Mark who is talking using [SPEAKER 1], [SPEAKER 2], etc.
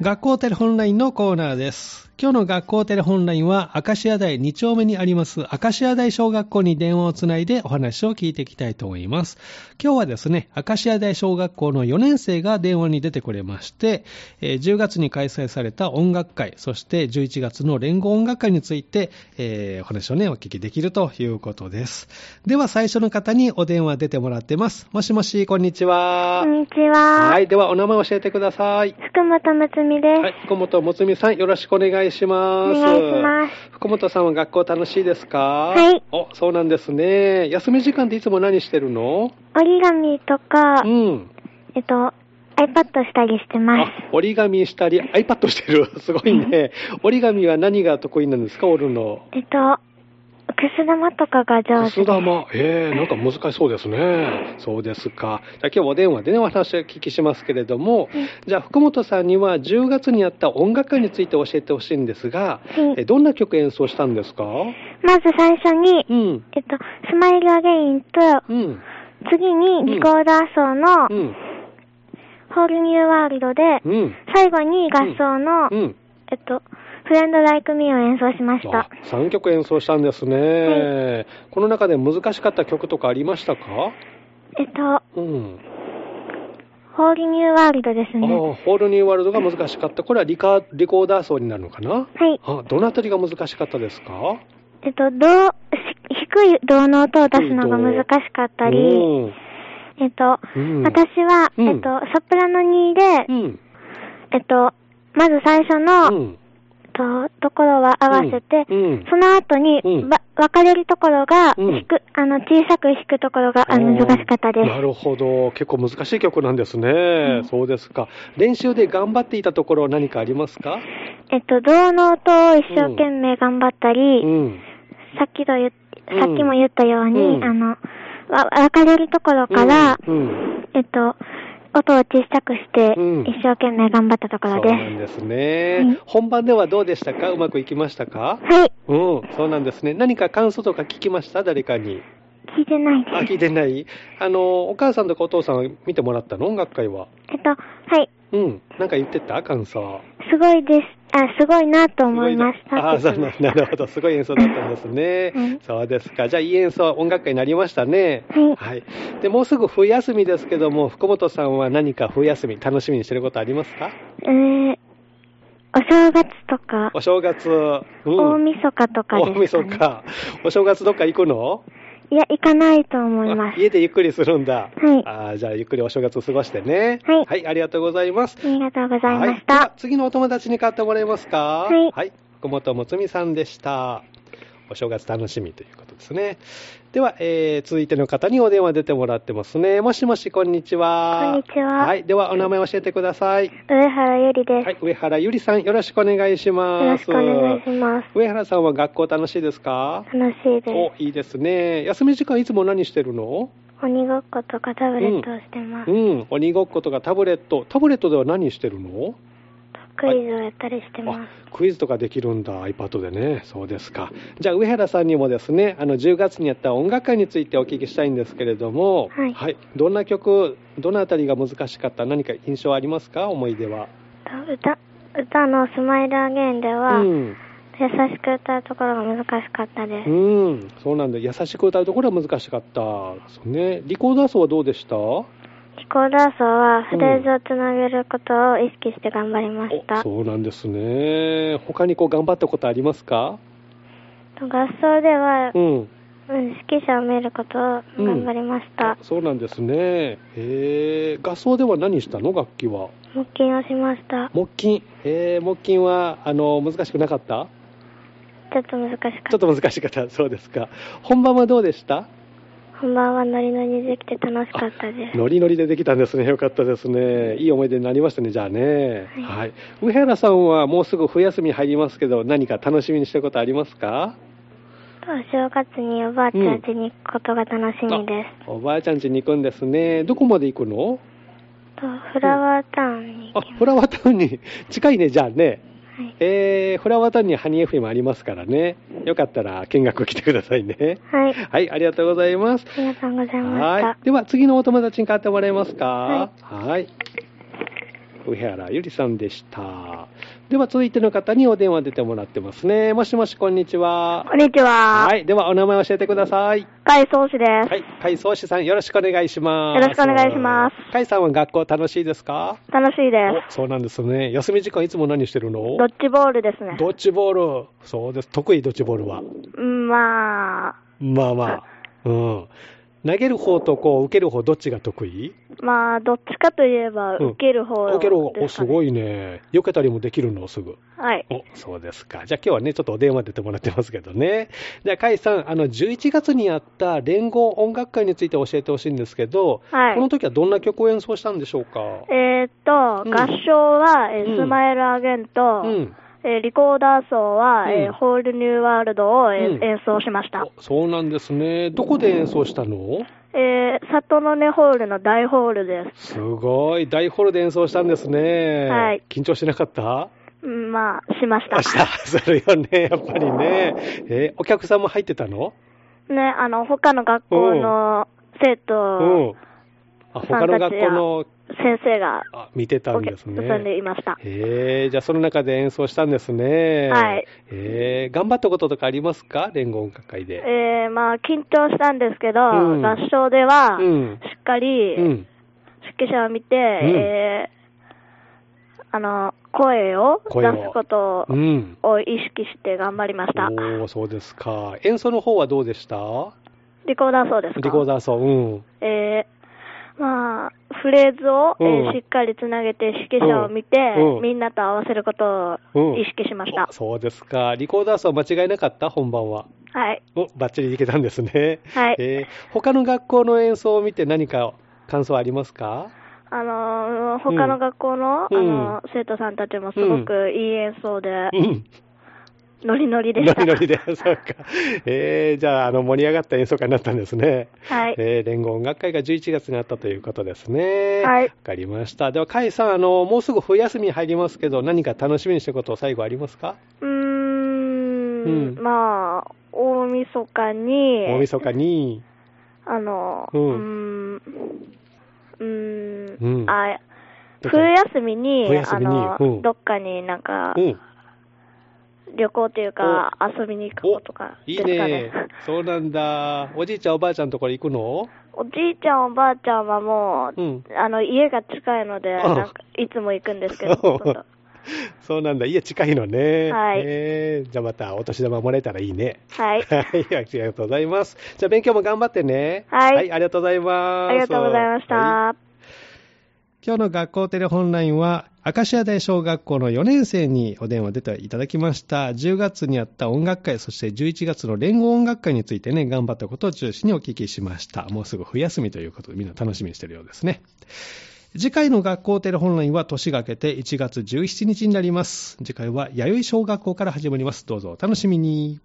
[SPEAKER 1] 学校テレホンラインのコーナーです。今日の学校テレホンラインは、明石屋台2丁目にあります、明石屋台小学校に電話をつないでお話を聞いていきたいと思います。今日はですね、明石屋台小学校の4年生が電話に出てくれまして、えー10月に開催された音楽会、そして11月の連合音楽会について、えーお話をね、お聞きできるということです。では、最初の方にお電話出てもらってます。もしもし、こんにちは
[SPEAKER 2] こ。んにちは。
[SPEAKER 1] はい、ではお名前教えてください。
[SPEAKER 2] 福本睦美です、
[SPEAKER 1] はい、福本もつみさん、よろしくお願いします。。
[SPEAKER 2] お願いします
[SPEAKER 1] 福本さんは学校楽しいですか
[SPEAKER 2] い
[SPEAKER 1] お、そうなんですね。休み時間っていつも何してるの
[SPEAKER 2] 折り紙とか、
[SPEAKER 1] うん。
[SPEAKER 2] えっと、iPad したりしてま
[SPEAKER 1] あ
[SPEAKER 2] す。、
[SPEAKER 1] 折り紙したり、iPad してる。 すごいね。折り紙は何が得意なんですか折るの。
[SPEAKER 2] えっと、くす玉とかが上
[SPEAKER 1] く
[SPEAKER 2] 手
[SPEAKER 1] す
[SPEAKER 2] です。
[SPEAKER 1] 玉。ええなんか難しそうですね。そうですか。じゃあ今日お電話でね、お話をお聞きしますけれども、じゃあ福本さんには10月にやった音楽会について教えてほしいんですが、
[SPEAKER 2] はい
[SPEAKER 1] えどんな曲演奏したんですか
[SPEAKER 2] まず最初に、
[SPEAKER 1] うん。
[SPEAKER 2] えっと、スマイルアゲインと、
[SPEAKER 1] うん。
[SPEAKER 2] 次
[SPEAKER 1] うん
[SPEAKER 2] にリコーダー奏の
[SPEAKER 1] う、ん。
[SPEAKER 2] ホールニューワールドで、
[SPEAKER 1] うん。
[SPEAKER 2] 最後に合奏の、
[SPEAKER 1] うん。
[SPEAKER 2] えっと、フレンドライクミーを演奏しました。
[SPEAKER 1] 3曲演奏したんですね、この中で難しかった曲とかありましたか
[SPEAKER 2] えっ
[SPEAKER 1] う
[SPEAKER 2] と、
[SPEAKER 1] ん。
[SPEAKER 2] ホールニューワールドです
[SPEAKER 1] ああ、ホ
[SPEAKER 2] ね。
[SPEAKER 1] ールニューワールドが難しかった。これはリカリコーダー奏になるのかな
[SPEAKER 2] はい。
[SPEAKER 1] あ、どのあたりが難しかったですか
[SPEAKER 2] えっと、どう、し低い銅の音を出すのが難しかったり、
[SPEAKER 1] うん
[SPEAKER 2] えっと、
[SPEAKER 1] うん
[SPEAKER 2] 私は、
[SPEAKER 1] うん
[SPEAKER 2] えっと、ソプラノ2で、
[SPEAKER 1] うん。
[SPEAKER 2] えっと、まず最初の、
[SPEAKER 1] うん
[SPEAKER 2] とところは合わせて、
[SPEAKER 1] うん
[SPEAKER 2] その後に、
[SPEAKER 1] うん
[SPEAKER 2] わ分かれるところが、
[SPEAKER 1] うん
[SPEAKER 2] 低くあの小さく弾くところがあ難しかったです。
[SPEAKER 1] なるほど。結構難しい曲なんですね、
[SPEAKER 2] ん
[SPEAKER 1] そうですか。練習で頑張っていたところは何かありますか
[SPEAKER 2] えっと、銅の音を一生懸命頑張った
[SPEAKER 1] う
[SPEAKER 2] り、
[SPEAKER 1] ん。
[SPEAKER 2] さっきの言っ
[SPEAKER 1] うん
[SPEAKER 2] さっきも言ったように、
[SPEAKER 1] うん
[SPEAKER 2] あの、わ分かれるところから、
[SPEAKER 1] うんうん
[SPEAKER 2] えっと、音を小さくして、
[SPEAKER 1] うん
[SPEAKER 2] 一生懸命頑張ったとこ
[SPEAKER 1] そ
[SPEAKER 2] ろ
[SPEAKER 1] う
[SPEAKER 2] で
[SPEAKER 1] なんですね、
[SPEAKER 2] うん
[SPEAKER 1] 本番ではどうでしたかうまくいきましたか
[SPEAKER 2] す。はい、
[SPEAKER 1] うん、そうなんですね。何か感想とか聞きました誰かに。
[SPEAKER 2] 聞いてないです
[SPEAKER 1] あ、。聞いてないあの、お母さんとかお父さんは見てもらったの音楽会は。
[SPEAKER 2] えっと、はい。
[SPEAKER 1] うん。なんか言ってた感想。
[SPEAKER 2] すごいです。あ、すごいなと思いまし
[SPEAKER 1] すごいな
[SPEAKER 2] た。
[SPEAKER 1] あーそうなんなるほど。すごい演奏だったんですね。
[SPEAKER 2] はい
[SPEAKER 1] そうですか。じゃあ、いい演奏、音楽会になりましたね。
[SPEAKER 2] はい
[SPEAKER 1] で、もうすぐ冬休みですけども、福本さんは何か冬休み、楽しみにしてることありますか
[SPEAKER 2] えー、お正月とか、
[SPEAKER 1] お正月。うん
[SPEAKER 2] 大晦日とかですか、ね。
[SPEAKER 1] 大晦日。お正月どっか行くの
[SPEAKER 2] いや、行かないと思いま
[SPEAKER 1] あ
[SPEAKER 2] す。
[SPEAKER 1] 家でゆっくりするんだ。
[SPEAKER 2] はい
[SPEAKER 1] あーじゃあ、ゆっくりお正月を過ごしてね。
[SPEAKER 2] はい
[SPEAKER 1] ありがとうございます。
[SPEAKER 2] ありがとうございまし
[SPEAKER 1] はで
[SPEAKER 2] た
[SPEAKER 1] は。次のお友達に買ってもらえますか
[SPEAKER 2] はい
[SPEAKER 1] 福本もつみさんでした。お正月楽しみということですね。では、えー続いての方にお電話出てもらってますね。もしもし、こんにちは。
[SPEAKER 2] こんにちは
[SPEAKER 1] はい。では、お名前教えてください。
[SPEAKER 2] 上原ゆりです、
[SPEAKER 1] はい。上原ゆりさん、よろしくお願いします。
[SPEAKER 2] よろしくお願いします。
[SPEAKER 1] 上原さんは学校楽しいですか
[SPEAKER 2] 楽しいで
[SPEAKER 1] お、いいですね。休み時間いつも何してるの
[SPEAKER 2] す。鬼ごっことかタブレットをしてます。
[SPEAKER 1] うん。鬼ごっことかタブレット。タブレットでは何してるの
[SPEAKER 2] クイズをやったりしてます。
[SPEAKER 1] あクイズとかできるんだ iPad でねそうですかじゃあ上原さんにもですねあの10月にやった音楽会についてお聞きしたいんですけれども
[SPEAKER 2] はい
[SPEAKER 1] どんな曲どのあたりが難しかった何か印象ありますか思い出は
[SPEAKER 2] と歌、歌のスマイルアゲインでは、
[SPEAKER 1] うん、
[SPEAKER 2] 優しく歌うところが難しかったです。
[SPEAKER 1] うん、そうなんだ優しく歌うところは難しかったそうねリコーダー奏はどうでした
[SPEAKER 2] 飛行ダーソーはフレーズをつなげることを意識して頑張りました。
[SPEAKER 1] おそうなんですね他にこう頑張ったことありますか
[SPEAKER 2] 合奏では、
[SPEAKER 1] う
[SPEAKER 2] うん
[SPEAKER 1] ん
[SPEAKER 2] 指揮者を見ることを頑張りました。
[SPEAKER 1] そうなんですねへえ合奏では何したの楽器は
[SPEAKER 2] 木琴をしました。
[SPEAKER 1] 木琴、えー、木琴はあの難しくなかった
[SPEAKER 2] ちょっと難しかっ。
[SPEAKER 1] ちょったと難しかった、そうですか。本番はどうでした
[SPEAKER 2] 本番はノリノリできて楽しかったです。
[SPEAKER 1] ノリノリでできたんですね。よかったですね。いい思い出になりましたね、じゃあね。
[SPEAKER 2] はい
[SPEAKER 1] はい。上原さんはもうすぐ冬休み入りますけど、何か楽しみにしたことありますか
[SPEAKER 2] お正月におばあちゃん家に行くことが楽しみです。
[SPEAKER 1] おばあちゃん家に行くんですね。どこまで行くの
[SPEAKER 2] とフラワータウンに行
[SPEAKER 1] あ
[SPEAKER 2] き、
[SPEAKER 1] フ
[SPEAKER 2] ま
[SPEAKER 1] ラワータウンに近いね、じゃあね。
[SPEAKER 2] す。はい。
[SPEAKER 1] えー、フラワータウンにハニー FM ありますからね。よかったら見学来てくださいね。
[SPEAKER 2] はい。
[SPEAKER 1] はい、ありがとうございます。
[SPEAKER 2] ありがとうございました
[SPEAKER 1] はい。。では、次のお友達に変わってもらえますか
[SPEAKER 2] は
[SPEAKER 1] はい。上原ゆりさんでした。では続いての方にお電話出てもらってますね。もしもし、こんにちは
[SPEAKER 2] こ。んにちは。
[SPEAKER 1] はい。では、お名前教えてください。
[SPEAKER 2] 海藻市です。
[SPEAKER 1] はい。海藻師さん、よろしくお願いします。
[SPEAKER 2] よろしくお願いします。
[SPEAKER 1] 海さんは学校楽しいですか
[SPEAKER 2] 楽しいで
[SPEAKER 1] おそうなんですね。休み時間いつも何してるの
[SPEAKER 2] す。ドッジボールですね。
[SPEAKER 1] ドッジボール。そうです。得意、ドッジボールは。
[SPEAKER 2] うんまあ、
[SPEAKER 1] まあまあ。うん。投げる方とこう受ける方どっちが得意
[SPEAKER 2] まあ、どっちかといえば、
[SPEAKER 1] うん
[SPEAKER 2] 受ける方ですか、ね
[SPEAKER 1] 受ける方おすごいね。避けたりもできるのすぐ。
[SPEAKER 2] はい。
[SPEAKER 1] お、そうですか。じゃあ今日はね、ちょっとお電話出てもらってますけどね。じゃあ、甲斐さん、あの、11月にやった連合音楽会について教えてほしいんですけど、
[SPEAKER 2] はい
[SPEAKER 1] この時はどんな曲を演奏したんでしょうか
[SPEAKER 2] えーっと、
[SPEAKER 1] うん
[SPEAKER 2] 合唱は、えー
[SPEAKER 1] うん
[SPEAKER 2] スマイルアゲンと、
[SPEAKER 1] うん。
[SPEAKER 2] えーリコーダー奏は、えー
[SPEAKER 1] うん
[SPEAKER 2] ホールニューワールドを、えー
[SPEAKER 1] うん
[SPEAKER 2] 演奏しました。
[SPEAKER 1] おそうなんですね。どこで演奏したの
[SPEAKER 2] えー、里の根ホールの大ホールです
[SPEAKER 1] ごい。大ホールで演奏したんですね。
[SPEAKER 2] はい
[SPEAKER 1] 緊張しなかった
[SPEAKER 2] す。うんまあ、しました。
[SPEAKER 1] あした。 するよね、やっぱりね。えーお客さんも入ってたの
[SPEAKER 2] ね、あの、他の学校の生
[SPEAKER 1] う
[SPEAKER 2] 徒、
[SPEAKER 1] ん。あ、他の学校の、
[SPEAKER 2] 先生が、
[SPEAKER 1] あ、見てたんです
[SPEAKER 2] お客さんで
[SPEAKER 1] ね。
[SPEAKER 2] いました。
[SPEAKER 1] へえ、じゃあその中で演奏したんですね。
[SPEAKER 2] はい。
[SPEAKER 1] えー、頑張ったこととかありますか連合音楽会で。
[SPEAKER 2] えー、まあ、緊張したんですけど、
[SPEAKER 1] うん
[SPEAKER 2] 合唱では、
[SPEAKER 1] う
[SPEAKER 2] し
[SPEAKER 1] ん。
[SPEAKER 2] っかり、
[SPEAKER 1] うん。
[SPEAKER 2] 指揮者を見て、
[SPEAKER 1] ん
[SPEAKER 2] えーあの、声を
[SPEAKER 1] 声を
[SPEAKER 2] 出すこと
[SPEAKER 1] うん。
[SPEAKER 2] を意識して頑張りました。
[SPEAKER 1] おー、そうですか。演奏の方はどうでした
[SPEAKER 2] リコーダーそうですか
[SPEAKER 1] リコーダー奏、うん。
[SPEAKER 2] えーまあ、フレーズを、えー
[SPEAKER 1] うん
[SPEAKER 2] しっかりつなげて指揮者を見て、
[SPEAKER 1] うんうん
[SPEAKER 2] みんなと合わせること
[SPEAKER 1] う
[SPEAKER 2] を
[SPEAKER 1] ん
[SPEAKER 2] 意識しました
[SPEAKER 1] お。そうですか。リコーダー奏間違いなかった本番は。
[SPEAKER 2] はい。
[SPEAKER 1] お、バッチリ弾けたんですね。
[SPEAKER 2] はい
[SPEAKER 1] えー他の学校の演奏を見て何か感想ありますか
[SPEAKER 2] あのー他の学校の,、
[SPEAKER 1] うん
[SPEAKER 2] あのー生徒さんたちもすごくいい演奏で、
[SPEAKER 1] うん。
[SPEAKER 2] ノリノリで
[SPEAKER 1] ノ
[SPEAKER 2] した。
[SPEAKER 1] リノリで、 そうか。えー、じゃあ、あの、盛り上がった演奏会になったんですね。
[SPEAKER 2] はい。
[SPEAKER 1] えー、連合音楽会が11月にあったということですね。
[SPEAKER 2] はい
[SPEAKER 1] わかりました。では、甲斐さん、あの、もうすぐ冬休みに入りますけど、何か楽しみにしてること最後ありますか
[SPEAKER 2] うーん
[SPEAKER 1] うん
[SPEAKER 2] まあ、大晦日に、
[SPEAKER 1] 大晦日に。
[SPEAKER 2] あの、
[SPEAKER 1] う
[SPEAKER 2] うんーん、うー
[SPEAKER 1] うん
[SPEAKER 2] ん、あ、
[SPEAKER 1] どっか
[SPEAKER 2] 冬休みに、
[SPEAKER 1] 冬休みに
[SPEAKER 2] あの、
[SPEAKER 1] うん
[SPEAKER 2] どっかになんか、
[SPEAKER 1] うん。
[SPEAKER 2] 旅行というか、遊びに行くこととかで
[SPEAKER 1] い
[SPEAKER 2] す
[SPEAKER 1] い
[SPEAKER 2] かね。
[SPEAKER 1] ね。そうなんだ。おじいちゃん、おばあちゃんところ行くの
[SPEAKER 2] おじいちゃん、おばあちゃんはもう、
[SPEAKER 1] うん
[SPEAKER 2] あの、家が近いので、
[SPEAKER 1] あ
[SPEAKER 2] なんか、いつも行くんですけど、
[SPEAKER 1] そう
[SPEAKER 2] ほとんど
[SPEAKER 1] そうなんだ。家近いのね。
[SPEAKER 2] はい
[SPEAKER 1] えーじゃあまたお年玉もらえたらいいね。
[SPEAKER 2] は い。
[SPEAKER 1] はい、ありがとうございます。じゃあ勉強も頑張ってね。
[SPEAKER 2] はい
[SPEAKER 1] ありがとうございます。
[SPEAKER 2] ありがとうございました。
[SPEAKER 1] は
[SPEAKER 3] 今日の学校テレホンラインは、明石屋大小学校の4年生にお電話出ていただきました。10月にあった音楽会、そして11月の連合音楽会についてね、頑張ったことを中心にお聞きしました。もうすぐ冬休みということで、みんな楽しみにしているようですね。次回の学校テレホンラインは年が明けて1月17日になります。次回は弥生小学校から始まります。どうぞお楽しみに。